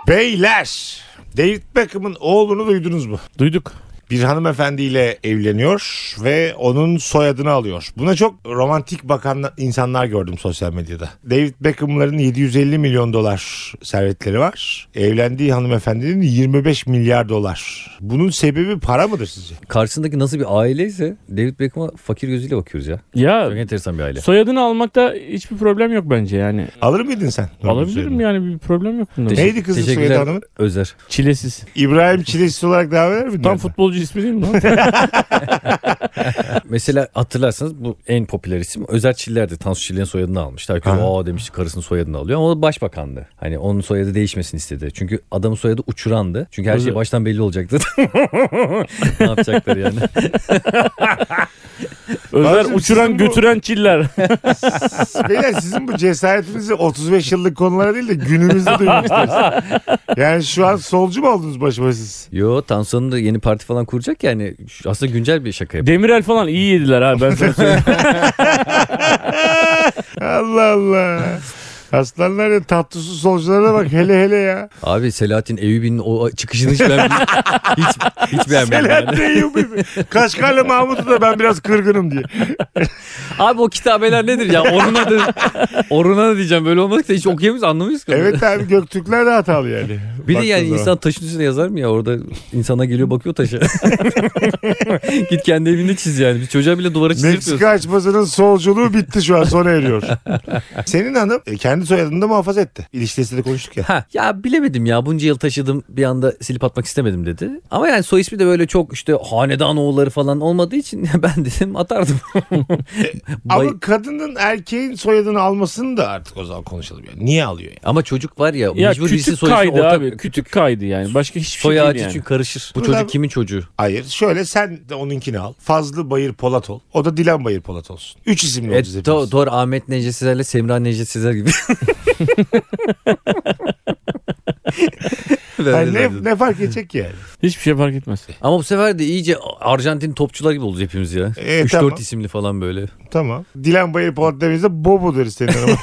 Speaker 1: Beyler. David Beckham'ın oğlunu duydunuz mu?
Speaker 2: Duyduk.
Speaker 1: bir hanımefendiyle evleniyor ve onun soyadını alıyor. Buna çok romantik bakan insanlar gördüm sosyal medyada. David Beckham'ların 750 milyon dolar servetleri var. Evlendiği hanımefendinin 25 milyar dolar. Bunun sebebi para mıdır sizce?
Speaker 3: Karşısındaki nasıl bir aileyse David Beckham'a fakir gözüyle bakıyoruz ya.
Speaker 2: Ya
Speaker 3: Çok enteresan bir aile.
Speaker 2: soyadını almakta hiçbir problem yok bence yani.
Speaker 1: Alır mıydın sen?
Speaker 2: Alabilirim yani bir problem yok bunda.
Speaker 1: Teşekkür- Neydi kızın
Speaker 3: Teşekkürler,
Speaker 1: soyadı hanımın?
Speaker 3: Özer.
Speaker 2: Çilesiz.
Speaker 1: İbrahim Çilesiz olarak devam eder miydin?
Speaker 2: Tam
Speaker 1: yani?
Speaker 2: futbolcu ismi değil mi lan?
Speaker 3: Mesela hatırlarsanız bu en popüler isim Özer Çiller'di. Tansu Çiller'in soyadını almıştı. Herkes
Speaker 1: Aha.
Speaker 3: aa demişti karısının soyadını alıyor ama o da başbakandı. Hani onun soyadı değişmesini istedi. Çünkü adamın soyadı uçurandı. Çünkü her şey
Speaker 2: Özer-
Speaker 3: baştan belli olacaktı. ne yapacaklar yani?
Speaker 2: Özer
Speaker 1: Bazı
Speaker 2: uçuran
Speaker 1: sizin bu-
Speaker 2: götüren çiller.
Speaker 1: Beyler sizin bu cesaretinizi 35 yıllık konulara değil de günümüzde duymak isteriz. Yani şu an solcu mu oldunuz başıma siz?
Speaker 3: Yo Tansu'nun da yeni parti falan kuracak yani. Şu- Aslında güncel bir şaka yapıyor.
Speaker 2: Demirel falan iyi yediler abi ben sana söyleyeyim.
Speaker 1: Allah Allah. Aslanlar ya tatlısı solculara bak hele hele ya.
Speaker 3: Abi Selahattin Eyyubi'nin o çıkışını hiç beğenmedim. hiç, hiç beğenmedim. yani.
Speaker 1: Selahattin Eyyubi. Kaşgarlı Mahmut'u da ben biraz kırgınım diye.
Speaker 3: Abi o kitabeler nedir ya? Oruna da, oruna da diyeceğim. Böyle olmadıkça hiç okuyamıyoruz anlamıyoruz ki. onu.
Speaker 1: Evet abi Göktürkler de hatalı yani.
Speaker 3: Bir de
Speaker 1: Baktığın
Speaker 3: yani
Speaker 1: zaman.
Speaker 3: insan taşın üstüne yazar mı ya orada insana geliyor bakıyor taşa. Git kendi evinde çiz yani. Bir çocuğa bile duvara çizdirtiyorsun.
Speaker 1: Meksika açmasının solculuğu bitti şu an sona eriyor. Senin hanım e, kendi soyadını da muhafaza etti. İlişkisiyle konuştuk ya.
Speaker 3: Ha, ya bilemedim ya bunca yıl taşıdım bir anda silip atmak istemedim dedi. Ama yani soy ismi de böyle çok işte hanedan oğulları falan olmadığı için ben dedim atardım. Bay-
Speaker 1: Ama kadının erkeğin soyadını almasını da artık o zaman konuşalım. Yani. Niye alıyor yani?
Speaker 3: Ama çocuk var ya,
Speaker 2: ya
Speaker 3: mecbur birisi
Speaker 2: kütük
Speaker 3: soy ismi
Speaker 2: kaydı
Speaker 3: ortak-
Speaker 2: abi. Kütük kaydı yani. Başka hiçbir şey
Speaker 3: Soy
Speaker 2: değil
Speaker 3: ağacı
Speaker 2: yani.
Speaker 3: çünkü karışır. Bu
Speaker 1: Dur
Speaker 3: çocuk
Speaker 1: abi.
Speaker 3: kimin çocuğu?
Speaker 1: Hayır şöyle sen de onunkini al. Fazlı Bayır Polat ol. O da Dilan Bayır Polat olsun. Üç isimli
Speaker 3: Evet,
Speaker 1: olacağız
Speaker 3: do-
Speaker 1: hepimiz.
Speaker 3: doğru Ahmet Necdet Sezer'le Semra Necdet Sezer gibi.
Speaker 1: Yani ne, ne fark edecek ki yani?
Speaker 2: Hiçbir şey fark etmez.
Speaker 3: Ama bu sefer de iyice Arjantin topçular gibi olacağız hepimiz ya.
Speaker 1: E,
Speaker 3: 3-4
Speaker 1: tamam.
Speaker 3: isimli falan böyle.
Speaker 1: Tamam. Dilan Bayır Polat demeyizde Bobo deriz senin hanıma.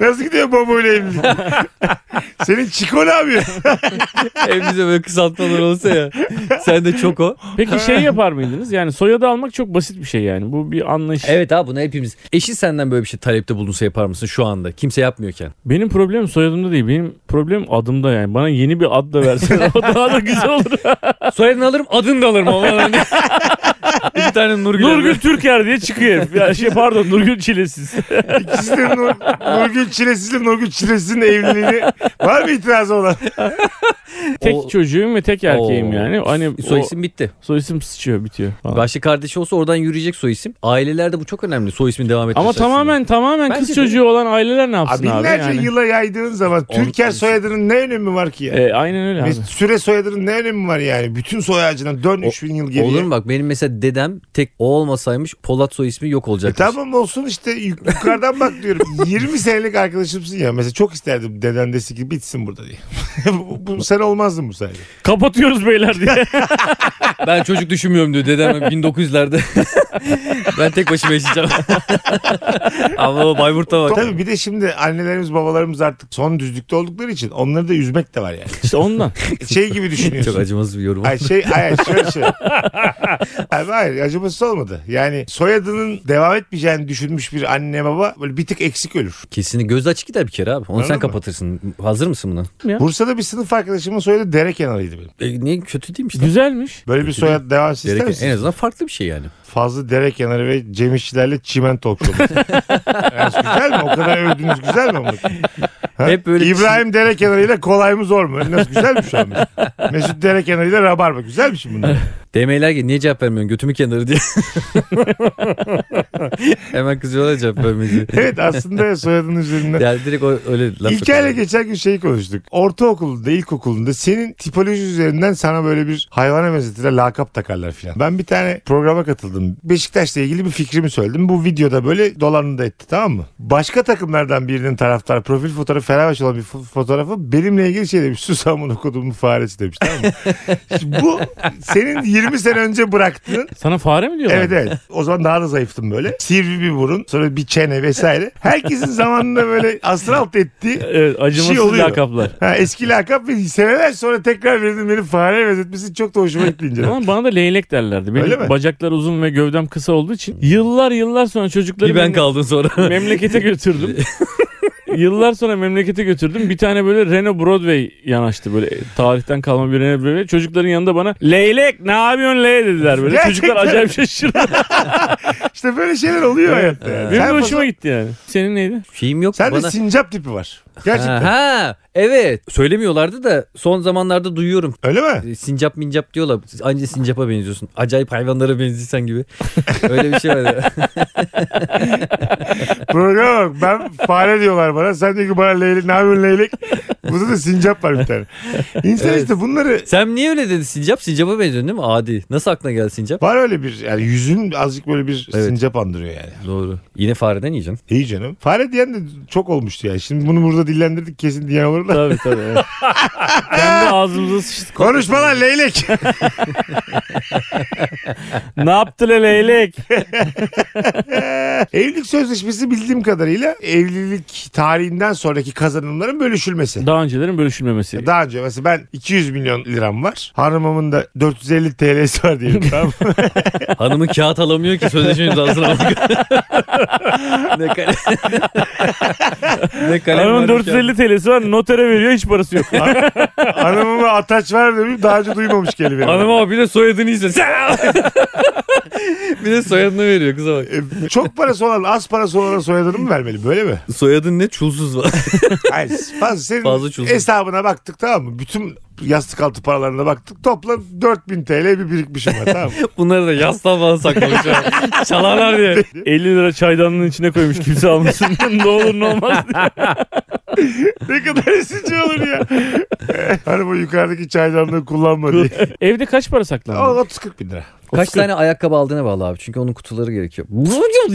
Speaker 1: Nasıl gidiyor Bobo ile evlilik? senin Çiko ne yapıyor?
Speaker 3: Evimize böyle kısaltmalar olsa ya. Sen de çok o.
Speaker 2: Peki şey yapar mıydınız? Yani soyadı almak çok basit bir şey yani. Bu bir anlayış.
Speaker 3: Evet abi bunu hepimiz. Eşin senden böyle bir şey talepte bulunsa yapar mısın şu anda? Kimse yapmıyorken.
Speaker 2: Benim problemim soyadımda değil. Benim problemim adımda yani. Bana yeni bir ad da versen o daha da güzel olur.
Speaker 3: Soyadını alırım adını da alırım ama. hani. bir tane Nurgül.
Speaker 2: Nurgül Türker diye çıkıyor herif. Ya şey pardon Nurgül Çilesiz.
Speaker 1: İkisi de Nur, Nurgül Çilesiz'le Nurgül Çilesiz'in evliliğini. Var mı itirazı olan?
Speaker 2: Tek
Speaker 3: O-
Speaker 2: çocuğum ve tek erkeğim
Speaker 3: Oo.
Speaker 2: yani. Hani o-
Speaker 3: Soy isim bitti.
Speaker 2: soy isim sıçıyor bitiyor. falan.
Speaker 3: Başka kardeşi olsa oradan yürüyecek soy isim. Ailelerde bu çok önemli. Soy ismin devam etmesi.
Speaker 2: Ama
Speaker 3: açısından.
Speaker 2: tamamen tamamen
Speaker 3: Bence
Speaker 2: kız
Speaker 3: de.
Speaker 2: çocuğu olan aileler ne yapsın
Speaker 1: Abi
Speaker 2: abi?
Speaker 1: binlerce
Speaker 2: yani?
Speaker 1: yıla yaydığın zaman
Speaker 3: On-
Speaker 1: Türker soyadının ne önemi var ki ya?
Speaker 2: E, aynen öyle abi.
Speaker 1: Mes- Süre soyadının ne önemi var yani? Bütün soy ağacına dön 3000 yıl geriye.
Speaker 3: Olur mu bak benim mesela dedem tek o olmasaymış Polat soy ismi yok
Speaker 1: E
Speaker 3: olacaktı.
Speaker 1: tamam olsun işte yuk- yukarıdan bak diyorum. 20 senelik arkadaşımsın ya. Mesela çok isterdim deden dese ki bitsin burada diye. bu, bu- sen olmazdın bu sayede.
Speaker 2: Kapatıyoruz beyler diye.
Speaker 3: Ben çocuk düşünmüyorum diyor dedem 1900'lerde. ben tek başıma yaşayacağım. Ama o Bayburt'ta bak.
Speaker 1: Tabii bir de şimdi annelerimiz babalarımız artık son düzlükte oldukları için onları da üzmek de var yani.
Speaker 2: İşte ondan.
Speaker 1: Şey gibi
Speaker 3: Çok
Speaker 1: düşünüyorsun.
Speaker 3: acımasız bir yorum.
Speaker 1: Ay şey ay şöyle şöyle. Abi hayır acımasız olmadı. Yani soyadının devam etmeyeceğini düşünmüş bir anne baba böyle bir tık eksik ölür.
Speaker 3: Kesin göz açık gider bir kere abi. Onu
Speaker 1: Anladın
Speaker 3: sen
Speaker 1: mı?
Speaker 3: kapatırsın. Hazır mısın buna?
Speaker 1: Bursa'da bir sınıf arkadaşımın soyadı dere kenarıydı benim.
Speaker 3: E, niye kötü değilmiş lan?
Speaker 2: Güzelmiş.
Speaker 1: Böyle bir soyad devam ister
Speaker 3: Gereken-
Speaker 1: misiniz?
Speaker 3: en azından farklı bir şey yani.
Speaker 1: Fazlı dere kenarı ve Cem İşçilerle çimen talk show. Yani güzel mi? O kadar övdünüz güzel mi? onu? Ha?
Speaker 3: Hep böyle şey-
Speaker 1: İbrahim dere kenarıyla kolay mı zor mu? Nasıl güzel mi şu an? Mesut dere kenarıyla rabarba. Güzel mi şimdi bunlar?
Speaker 3: DM'ler ki niye cevap vermiyorsun götümü kenarı diye. Hemen kızıyorlar cevap vermeyince.
Speaker 1: evet aslında soyadın üzerinden.
Speaker 3: Yani direkt o, öyle laf
Speaker 1: İlker'le
Speaker 3: sokuyorlar.
Speaker 1: geçen gün şeyi konuştuk. Ortaokulda, ilkokulunda senin tipoloji üzerinden sana böyle bir hayvana benzetilen lakap takarlar filan. Ben bir tane programa katıldım. Beşiktaş'la ilgili bir fikrimi söyledim. Bu videoda böyle dolanını da etti tamam mı? Başka takımlardan birinin taraftar profil fotoğrafı Fenerbahçe olan bir fo- fotoğrafı benimle ilgili şey demiş. Sus amına kodumun faresi demiş tamam mı? Şimdi bu senin 20 sene önce bıraktığın
Speaker 2: Sana fare mi diyorlar?
Speaker 1: Evet evet. O zaman daha da zayıftım böyle. Sivri bir burun, sonra bir çene vesaire. Herkesin zamanında böyle astralt ettiği
Speaker 2: Evet, acımasız
Speaker 1: Şey oluyor.
Speaker 2: lakaplar.
Speaker 1: Ha, eski lakap ve seneler sonra tekrar verdim beni fareye benzetmesi çok da hoşuma gitti ince.
Speaker 2: Ama bana da leylek derlerdi. Benim
Speaker 1: Öyle mi?
Speaker 2: bacaklar uzun ve gövdem kısa olduğu için yıllar yıllar sonra çocukları
Speaker 3: Bir ben
Speaker 2: memle-
Speaker 3: kaldım sonra.
Speaker 2: memlekete götürdüm. Yıllar sonra memlekete götürdüm. Bir tane böyle Renault Broadway yanaştı böyle tarihten kalma bir Renault Broadway. Çocukların yanında bana leylek ne yapıyorsun ley dediler böyle.
Speaker 1: Gerçekten.
Speaker 2: Çocuklar acayip şaşırdı.
Speaker 1: İşte böyle şeyler oluyor hayatta. Yani.
Speaker 2: Benim de
Speaker 1: Sen,
Speaker 2: hoşuma gitti yani. Senin neydi?
Speaker 3: Şeyim yok
Speaker 1: sen de
Speaker 3: bana.
Speaker 1: sincap tipi var. Gerçekten.
Speaker 3: Ha, ha, evet. Söylemiyorlardı da son zamanlarda duyuyorum.
Speaker 1: Öyle mi?
Speaker 3: E, Sincap mincap diyorlar. Siz Anca sincapa benziyorsun. Acayip hayvanlara benziyorsan gibi. Öyle bir şey var.
Speaker 1: Programa bak ben fare diyorlar bana. Sen diyor ki bana leylek ne yapıyorsun leylek? Burada da sincap var bir tane. İnsan
Speaker 3: Evet.
Speaker 1: işte bunları
Speaker 3: Sen niye öyle dedin sincap? Sincapa benziyorsun değil mi? Adi. Nasıl aklına geldi sincap?
Speaker 1: Var öyle bir yani yüzün azıcık böyle bir
Speaker 3: Evet.
Speaker 1: sincap andırıyor yani.
Speaker 3: Doğru. Yine fareden yiyeceksin.
Speaker 1: İyi canım. Fare diyen de çok olmuştu yani. Şimdi bunu burada dillendirdik kesin diyen olur da.
Speaker 2: Tabii tabii. evet. Kendi ağzımıza sıçtı.
Speaker 1: Konuşma lan leylek.
Speaker 2: Ne yaptı le leylek?
Speaker 1: Evlilik sözleşmesi bildiğim kadarıyla evlilik tarihinden sonraki kazanımların bölüşülmesi.
Speaker 2: Daha öncelerin bölüşülmemesi.
Speaker 1: Daha önce mesela ben 200 milyon liram var. Hanımımın da 450 TL'si var diyelim tamam mı?
Speaker 3: Hanımın kağıt alamıyor ki sözleşme imzasını almak. ne kalem. ne kalem
Speaker 2: Adamın
Speaker 3: var bir
Speaker 2: 450 TL'si var notere veriyor hiç parası yok.
Speaker 1: Hanımıma ataç var demiş daha önce duymamış kelime.
Speaker 3: kağıt. Hanıma bir de soyadını istiyor. bir de soyadını veriyor kıza bak.
Speaker 1: E, Çok parası olan az parası olana soyadını mı vermeli böyle mi?
Speaker 3: Soyadın ne? Çulsuz var.
Speaker 1: Hayır fazla senin
Speaker 3: Fazla çulsuz.
Speaker 1: hesabına baktık tamam mı? Bütün yastık altı paralarına baktık. Toplam 4000 TL bir birikmişim var tamam mı?
Speaker 3: Bunları da yastığa falan saklamış. Çalarlar diye.
Speaker 2: 50 lira çaydanlığın içine koymuş kimse almasın. ne olur ne olmaz. diye.
Speaker 1: ne kadar esinci olur ya. Hani bu yukarıdaki çaydanlığı kullanma diye.
Speaker 2: Evde kaç para
Speaker 1: O
Speaker 2: saklandı?
Speaker 1: 30-40 bin lira.
Speaker 3: Kaç tane ayakkabı aldığına bağlı abi. Çünkü onun kutuları gerekiyor.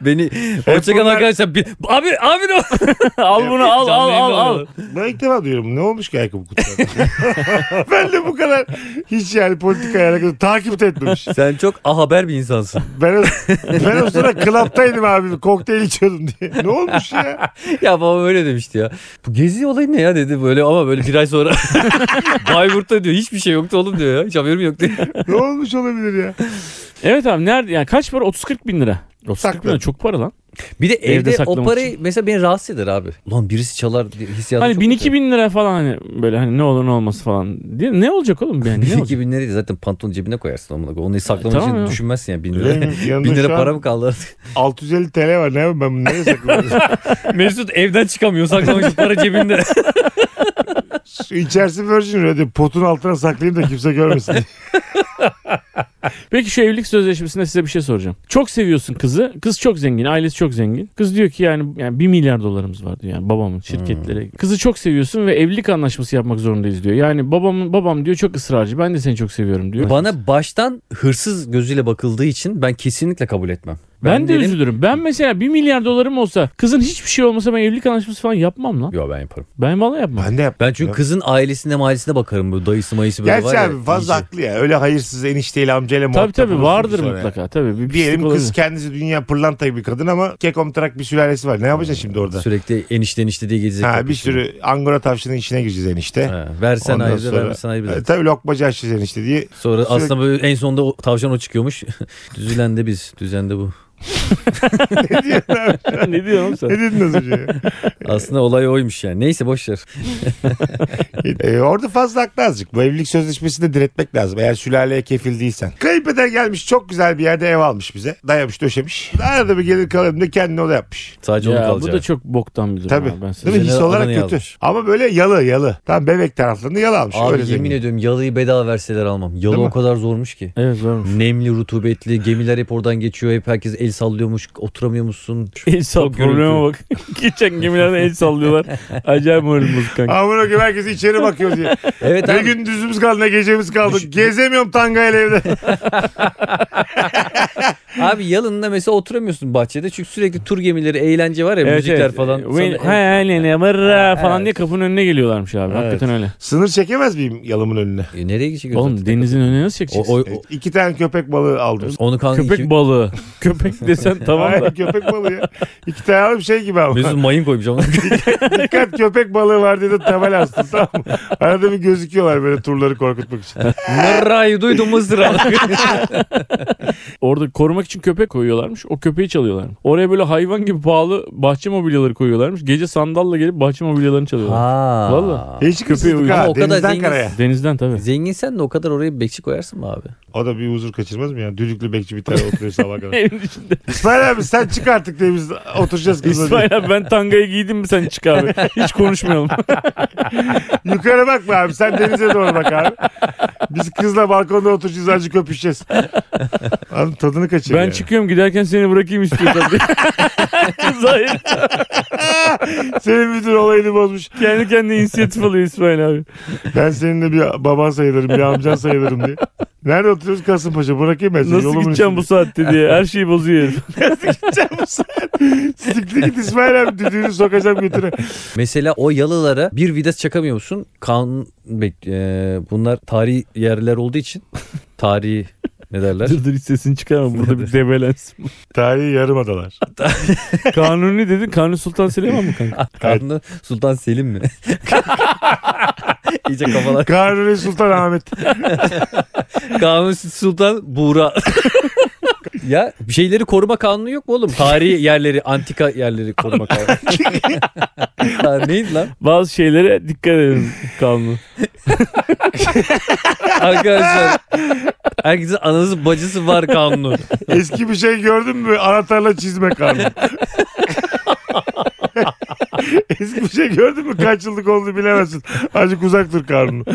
Speaker 3: Beni hoşçakal
Speaker 1: bunlar-
Speaker 3: arkadaşlar. Bir- Abi abi ne?
Speaker 2: al bunu al al al al.
Speaker 1: Ben ilk defa duyuyorum. Ne olmuş ki ayakkabı kutularına? ben de bu kadar hiç yani politikaya alakalı takip de etmemiş.
Speaker 3: Sen çok a haber bir insansın.
Speaker 1: Ben o, ben o sıra klaptaydım abi. Kokteyl içiyordum diye. Ne olmuş ya?
Speaker 3: ya babam öyle demişti ya. Bu gezi olayı ne ya dedi böyle ama böyle bir ay sonra. Bayburt'ta diyor hiçbir şey yoktu oğlum diyor ya. Hiç haberim yok diyor.
Speaker 1: Ne olmuş olabilir ya?
Speaker 2: Evet abi nerede yani kaç para? 30-40 bin lira. 30-40 bin
Speaker 1: Sakladım.
Speaker 2: lira çok para lan.
Speaker 3: Bir de
Speaker 2: Evde
Speaker 3: evde, o
Speaker 2: saklamak
Speaker 3: parayı mesela beni rahatsız eder abi. Lan birisi çalar diye hissiyatı
Speaker 2: Hani
Speaker 3: çok
Speaker 2: 1000
Speaker 3: kötü.
Speaker 2: 2000 lira falan hani böyle hani ne olur ne olmaz falan. Diye. Ne olacak oğlum yani ne
Speaker 3: Bin
Speaker 2: olacak?
Speaker 3: iki bin lirayı zaten pantolon cebine koyarsın amına koyayım. Onu saklamak
Speaker 2: Tamam
Speaker 3: için
Speaker 2: ya.
Speaker 3: düşünmezsin ya bin lira.
Speaker 1: Benim yanımda
Speaker 3: bin lira
Speaker 1: şu an
Speaker 3: para mı kaldı artık?
Speaker 1: 650 TL var. Ne yapayım ben bunu nereye saklayayım?
Speaker 3: Mesut evden çıkamıyor saklamak için para cebinde.
Speaker 1: Şu İçerisi Virgin Radio. Potun altına saklayayım da kimse görmesin.
Speaker 2: Peki şu evlilik sözleşmesinde size bir şey soracağım. Çok seviyorsun kızı. Kız çok zengin. Ailesi çok zengin. Kız diyor ki yani, yani 1 milyar dolarımız var diyor. Yani babamın şirketleri. Kızı çok seviyorsun ve evlilik anlaşması yapmak zorundayız diyor. Yani babamın babam diyor çok ısrarcı. Ben de seni çok seviyorum diyor.
Speaker 3: Bana baştan hırsız gözüyle bakıldığı için ben kesinlikle kabul etmem.
Speaker 2: ben, de
Speaker 3: derim-
Speaker 2: üzülürüm. Ben mesela 1 milyar dolarım olsa kızın hiçbir şey olmasa ben evlilik anlaşması falan yapmam lan.
Speaker 3: Yo ben yaparım.
Speaker 2: Ben valla yapmam.
Speaker 1: Ben de yap.
Speaker 3: Ben çünkü kızın ailesine mahallesine bakarım. Bu dayısı mayısı böyle var
Speaker 1: Gerçi
Speaker 3: ya.
Speaker 1: abi fazla
Speaker 3: iyice.
Speaker 1: haklı ya. Öyle hayırsız enişteyle amcayla
Speaker 2: Tabii
Speaker 1: muhatap
Speaker 2: tabii
Speaker 1: olursun
Speaker 2: vardır
Speaker 3: şey
Speaker 1: sonra
Speaker 2: mutlaka. Tabii bir
Speaker 1: yani. Diyelim
Speaker 2: pislik
Speaker 1: kız
Speaker 2: olabilir.
Speaker 1: kendisi dünya pırlanta bir kadın ama kekomtrak bir sülalesi var. Ne yapacaksın şimdi orada?
Speaker 3: Sürekli enişte enişte diye gezecek.
Speaker 1: Ha, bir sürü angora tavşının içine gireceğiz enişte.
Speaker 3: Ha, versen
Speaker 1: Ondan
Speaker 3: ayrıca
Speaker 1: sonra-
Speaker 3: vermesen ayrı bir
Speaker 1: E,
Speaker 3: dert.
Speaker 1: tabii lokmacı açacağız enişte diye.
Speaker 3: Sonra
Speaker 1: Sürekli-
Speaker 3: aslında böyle en sonunda o, tavşan o çıkıyormuş. Düzülende biz. Düzende bu.
Speaker 1: ne diyorsun abi?
Speaker 2: ne diyorsun oğlum sen?
Speaker 1: Ne dedin az önce? Ee,
Speaker 3: Aslında olay oymuş yani. Neyse boş ver.
Speaker 1: E, orada fazla haklı azıcık. Bu evlilik sözleşmesini diretmek lazım. Eğer sülaleye kefil değilsen. Kayınpeder gelmiş çok güzel bir yerde ev almış bize. Dayamış döşemiş. Arada bir gelir kalalım da kendine oda yapmış.
Speaker 3: Sadece onu
Speaker 2: Ya, bu
Speaker 3: kalacak.
Speaker 2: da çok boktan bir durum.
Speaker 1: Tabii.
Speaker 2: abi, Ben size
Speaker 1: Değil mi?
Speaker 3: Üzerine
Speaker 1: His olarak
Speaker 3: adını
Speaker 1: kötü.
Speaker 3: yazmış.
Speaker 1: Ama böyle yalı yalı. Tam bebek taraflarında yalı almış.
Speaker 3: Abi
Speaker 1: Öyle
Speaker 3: yemin
Speaker 1: zengin.
Speaker 3: ediyorum yalıyı bedava verseler almam. Yalı
Speaker 1: Değil
Speaker 3: o
Speaker 1: mi?
Speaker 3: kadar zormuş ki.
Speaker 2: Evet varmış.
Speaker 3: Nemli, rutubetli, gemiler hep oradan geçiyor. Hep herkes el sallıyormuş, oturamıyormuşsun.
Speaker 2: El sal
Speaker 3: Çok gürültü.
Speaker 2: probleme bak. Geçen gemilerden el sallıyorlar. Acayip moralimiz kanka.
Speaker 1: Amına koyayım herkes içeri bakıyor diye.
Speaker 3: Evet
Speaker 1: ne
Speaker 3: abi.
Speaker 1: gündüzümüz kaldı ne gecemiz kaldı. Gezemiyorum tangayla evde.
Speaker 3: Abi yalında mesela oturamıyorsun bahçede. Çünkü sürekli tur gemileri, eğlence var ya, müzikler falan. e,
Speaker 2: When,
Speaker 3: Sana-
Speaker 2: he, ne var falan
Speaker 3: Evet.
Speaker 2: diye kapının önüne geliyorlarmış abi.
Speaker 3: Evet.
Speaker 2: Hakikaten öyle.
Speaker 1: Sınır çekemez miyim yalımın önüne?
Speaker 3: E, nereye gidecek?
Speaker 2: Oğlum
Speaker 3: zaten?
Speaker 2: denizin önüne nasıl
Speaker 3: O,
Speaker 2: çekeceksin?
Speaker 3: o,
Speaker 1: Evet,
Speaker 3: o-
Speaker 1: iki tane köpek balığı aldım.
Speaker 3: onu kanka
Speaker 2: köpek
Speaker 3: iki-
Speaker 2: balığı. köpek desen tamam da.
Speaker 1: Hayır, köpek balığı ya. İki tane aldım şey gibi ama.
Speaker 3: Mesut mayın koymuş ama.
Speaker 1: Dikkat köpek balığı var dedi tabel astı tamam mı? Arada bir gözüküyorlar böyle turları korkutmak için.
Speaker 3: Mırrayı duydum mızrağı.
Speaker 2: Orada korumak için köpek koyuyorlarmış. O köpeği çalıyorlarmış. Oraya böyle hayvan gibi pahalı bahçe mobilyaları koyuyorlarmış. Gece sandalla gelip bahçe mobilyalarını çalıyorlar.
Speaker 3: ha.
Speaker 2: Valla.
Speaker 1: Hiç
Speaker 2: uyuyor.
Speaker 1: kısıtlık
Speaker 3: Ama
Speaker 1: ha.
Speaker 3: o kadar
Speaker 1: Denizden
Speaker 3: zengin-
Speaker 1: karaya.
Speaker 2: Denizden tabii.
Speaker 3: Zengin sen de o kadar oraya bir bekçi koyarsın mı abi?
Speaker 1: O da bir huzur kaçırmaz mı ya? Düdüklü bekçi bir tane oturuyor sabah kadar.
Speaker 2: Evin içinde.
Speaker 1: İsmail abi sen çık artık diye biz oturacağız kızla. diye.
Speaker 2: İsmail abi ben tangayı giydim mi sen çık abi. Hiç konuşmayalım.
Speaker 1: Yukarı bakma abi sen denize doğru bak abi. Biz kızla balkonda oturacağız azıcık öpüşeceğiz. Abi tadını kaçır
Speaker 2: ben çıkıyorum giderken seni bırakayım istiyorsan diye. Zahir
Speaker 1: Senin bütün olayını bozmuş.
Speaker 2: kendi kendine inisiyatif alıyor İsmail abi.
Speaker 1: Ben seninle bir baban sayılırım bir amcan sayılırım diye. Nerede oturuyoruz Kasımpaşa? Bırakayım ben seni.
Speaker 2: Nasıl
Speaker 1: yolumun
Speaker 2: gideceğim
Speaker 1: üstünde.
Speaker 2: bu saatte diye. Her şeyi bozuyor herif.
Speaker 1: gideceğim bu sefer. Siktir git İsmail abi düdüğünü sokacağım götüne.
Speaker 3: Mesela o yalılara bir vides çakamıyor musun? Kanun bek- e, bunlar tarihi yerler olduğu için tarihi ne derler?
Speaker 2: Dur dur hiç sesini çıkarma burada bir debelensin.
Speaker 1: Tarihi yarımadalar.
Speaker 2: Kanuni dedin Kanuni Sultan Süleyman mı kanka?
Speaker 3: Kanuni Sultan Selim mi? İyice kafalar.
Speaker 1: Kanuni Sultan Ahmet.
Speaker 3: Kanuni Sultan Buğra. ya bir şeyleri koruma kanunu yok mu oğlum? Tarihi yerleri, antika yerleri koruma kanunu. Ya Neydi lan?
Speaker 2: Bazı şeylere dikkat edin kanunu.
Speaker 3: Arkadaşlar herkesin anası bacısı var kanunu.
Speaker 1: Eski bir şey gördün mü? Anahtarla çizme kanunu. Eski bir şey gördün mü? Kaç yıllık oldu bilemezsin. Azıcık uzak dur kanunu.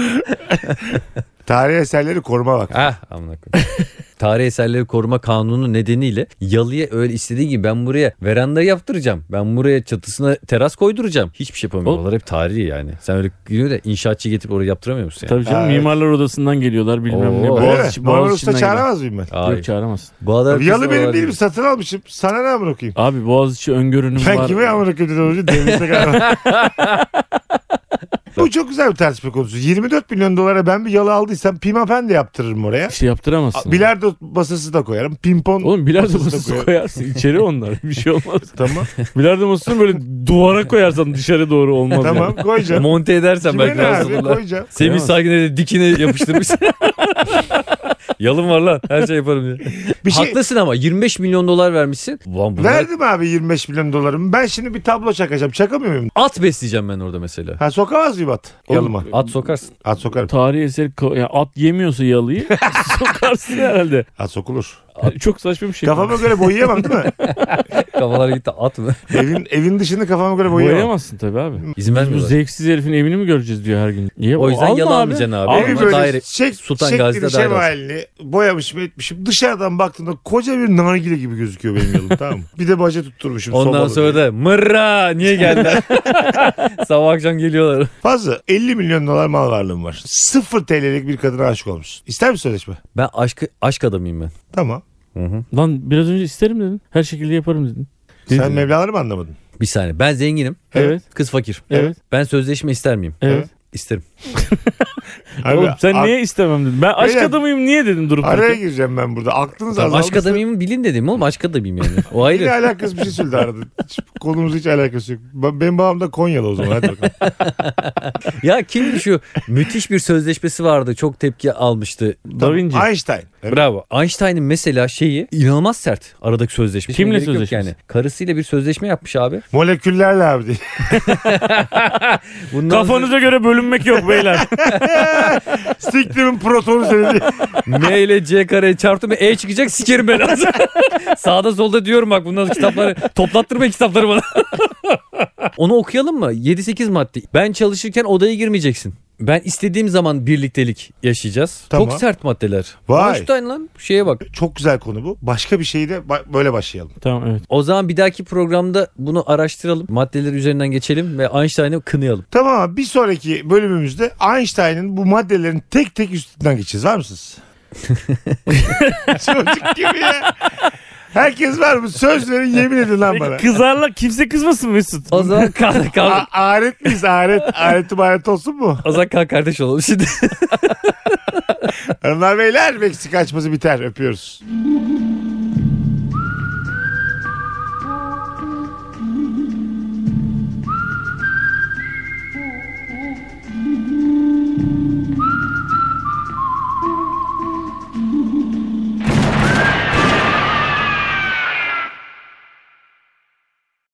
Speaker 1: Tarihi eserleri koruma bak.
Speaker 3: Ah amına koyayım. Tarih eserleri koruma kanunu nedeniyle yalıya öyle istediği gibi ben buraya veranda yaptıracağım. Ben buraya çatısına teras koyduracağım. Hiçbir şey yapamıyorlar. Hep tarihi yani. Sen öyle gidiyor da inşaatçı getirip oraya yaptıramıyor musun yani?
Speaker 2: Tabii canım
Speaker 1: Evet.
Speaker 2: mimarlar odasından geliyorlar bilmem ne.
Speaker 3: Oo.
Speaker 1: Öyle mi?
Speaker 2: Boğaziçi,
Speaker 1: Normal usta
Speaker 2: Boğaziçi'nden geliyorlar.
Speaker 1: çağıramaz mıyım ben?
Speaker 3: Ay,
Speaker 2: Yok çağıramazsın.
Speaker 3: bu adam
Speaker 1: Yalı
Speaker 3: kızı
Speaker 1: benim
Speaker 3: var.
Speaker 1: değilim satın almışım. Sana ne amına koyayım?
Speaker 2: Abi Boğaziçi öngörünüm
Speaker 1: Ben
Speaker 2: var.
Speaker 1: kime amına koyayım dedim önce devlete galiba. Bu çok güzel bir tartışma konusu. 24 milyon dolara ben bir yalı aldıysam pimapen de yaptırırım oraya.
Speaker 2: Bir şey yaptıramazsın.
Speaker 1: Bilardo masası da koyarım. Pimpon
Speaker 2: Oğlum bilardo
Speaker 1: Masasına
Speaker 2: masası
Speaker 1: koyar.
Speaker 2: koyarsın içeri onlar bir şey olmaz.
Speaker 1: tamam.
Speaker 2: bilardo masasını böyle duvara koyarsan dışarı doğru olmaz.
Speaker 1: tamam koyacağım.
Speaker 3: Monte edersen
Speaker 1: Kime
Speaker 3: belki
Speaker 1: ne
Speaker 3: ben
Speaker 1: abi
Speaker 3: sana.
Speaker 1: koyacağım.
Speaker 3: Semih
Speaker 2: Koyamaz.
Speaker 3: Sakin'e de dikine yapıştırmış. Yalın var lan her şey yaparım diye.
Speaker 1: Bir şey
Speaker 3: Haklısın ama 25 milyon dolar vermişsin. Ulan bunlar
Speaker 1: verdim abi 25 milyon dolarımı. Ben şimdi bir tablo çakacağım. Çakamıyor muyum?
Speaker 3: at besleyeceğim ben orada mesela.
Speaker 1: Ha sokamaz mıyım at yalıma?
Speaker 2: Oğlum,
Speaker 3: At sokarsın.
Speaker 1: At sokarım.
Speaker 2: Tarihi eser ko- yani at yemiyorsa yalıyı sokarsın herhalde.
Speaker 1: At sokulur.
Speaker 2: Çok saçma bir şey.
Speaker 1: Kafama göre boyayamam değil mi?
Speaker 3: Kafalara gitti at mı?
Speaker 1: evin evin dışını kafama göre boyayamam.
Speaker 2: Boyayamazsın tabii abi.
Speaker 3: İzin
Speaker 2: Bu
Speaker 3: vermiyorlar.
Speaker 2: zevksiz herifin evini mi göreceğiz diyor her gün. Niye?
Speaker 3: O yüzden
Speaker 2: Alma
Speaker 3: yalan alacaksın abi.
Speaker 2: Alma.
Speaker 1: Evi
Speaker 3: Ama
Speaker 1: böyle
Speaker 3: daire-
Speaker 1: çek,
Speaker 3: Sultan
Speaker 1: Sultan şeklini
Speaker 3: Gazi'de
Speaker 1: şema
Speaker 3: daire alsın.
Speaker 1: haline Güzelli boyamışım etmişim. Dışarıdan baktığımda koca bir nargile gibi gözüküyor benim yolum tamam mı? Bir de baca tutturmuşum.
Speaker 3: Ondan
Speaker 1: sobalı
Speaker 3: sonra
Speaker 1: diye.
Speaker 3: da mırra niye geldiler? Sabah akşam geliyorlar.
Speaker 1: Fazla 50 milyon dolar mal varlığım var. 0 TL'lik bir kadına aşık olmuşsun. İster misin sözleşme?
Speaker 3: Ben aşk, aşk adamıyım ben.
Speaker 1: Tamam.
Speaker 2: Lan biraz önce isterim dedin. Her şekilde yaparım dedin.
Speaker 1: Sen meblaları mı anlamadın?
Speaker 3: Bir saniye ben zenginim.
Speaker 2: Evet.
Speaker 3: Kız fakir.
Speaker 2: Evet.
Speaker 3: Ben sözleşme ister miyim?
Speaker 2: Evet.
Speaker 3: İsterim.
Speaker 2: Oğlum sen
Speaker 1: ar-
Speaker 2: niye istemem dedin. Ben aşk
Speaker 1: Beyler,
Speaker 2: adamıyım niye dedim durup
Speaker 1: Araya
Speaker 2: dururken.
Speaker 1: gireceğim ben burada. Aklınız
Speaker 3: Tamam,
Speaker 1: azalmış.
Speaker 3: aşk adamıyım bilin dedim oğlum aşk adamıyım yani. O
Speaker 1: Yine
Speaker 3: ayrı.
Speaker 1: alakası bir şey söyledi arada. Hiç, konumuz hiç alakası yok. Ben- Benim babam da Konyalı o zaman. Hadi bakalım.
Speaker 3: ya kimdi şu müthiş bir sözleşmesi vardı çok tepki almıştı.
Speaker 2: Da Vinci.
Speaker 1: Einstein. Evet.
Speaker 3: Bravo. Einstein'ın mesela şeyi inanılmaz sert aradaki sözleşme.
Speaker 2: Kimle
Speaker 3: Gerek yok
Speaker 2: sözleşmesi?
Speaker 3: Karısıyla bir sözleşme yapmış abi.
Speaker 1: Moleküllerle abi diye.
Speaker 3: Bundan
Speaker 2: Kafanıza göre bölünmek yok beyler.
Speaker 1: Siktimin protonu seni diye.
Speaker 3: M ile C kareye çarptım E çıkacak sikerim ben lazım. Sağda solda diyorum bak bundan sonra kitapları toplattırma kitapları bana. Onu okuyalım mı? 7-8 madde. Ben çalışırken odaya girmeyeceksin. Ben istediğim zaman birliktelik yaşayacağız.
Speaker 1: Tamam.
Speaker 3: Çok sert maddeler.
Speaker 1: Vay.
Speaker 3: Einstein lan şeye bak.
Speaker 1: Çok güzel konu bu. Başka bir şeyi de ba- böyle başlayalım.
Speaker 2: tamam evet.
Speaker 3: O zaman bir dahaki programda bunu araştıralım. Maddeler üzerinden geçelim ve Einstein'ı kınayalım.
Speaker 1: Tamam abi, bir sonraki bölümümüzde Einstein'ın bu maddelerin tek tek üstünden geçeceğiz. Var mısınız? Çocuk gibi ya. Herkes var mı? Söz verin yemin edin lan bana.
Speaker 2: Kızarla kimse kızmasın Mesut.
Speaker 3: O zaman kalk
Speaker 1: A-
Speaker 3: kalk.
Speaker 1: aret miyiz aret? Aret aret olsun mu?
Speaker 3: O zaman kalk kardeş olalım şimdi.
Speaker 1: Hanımlar beyler Meksika açması biter. Öpüyoruz.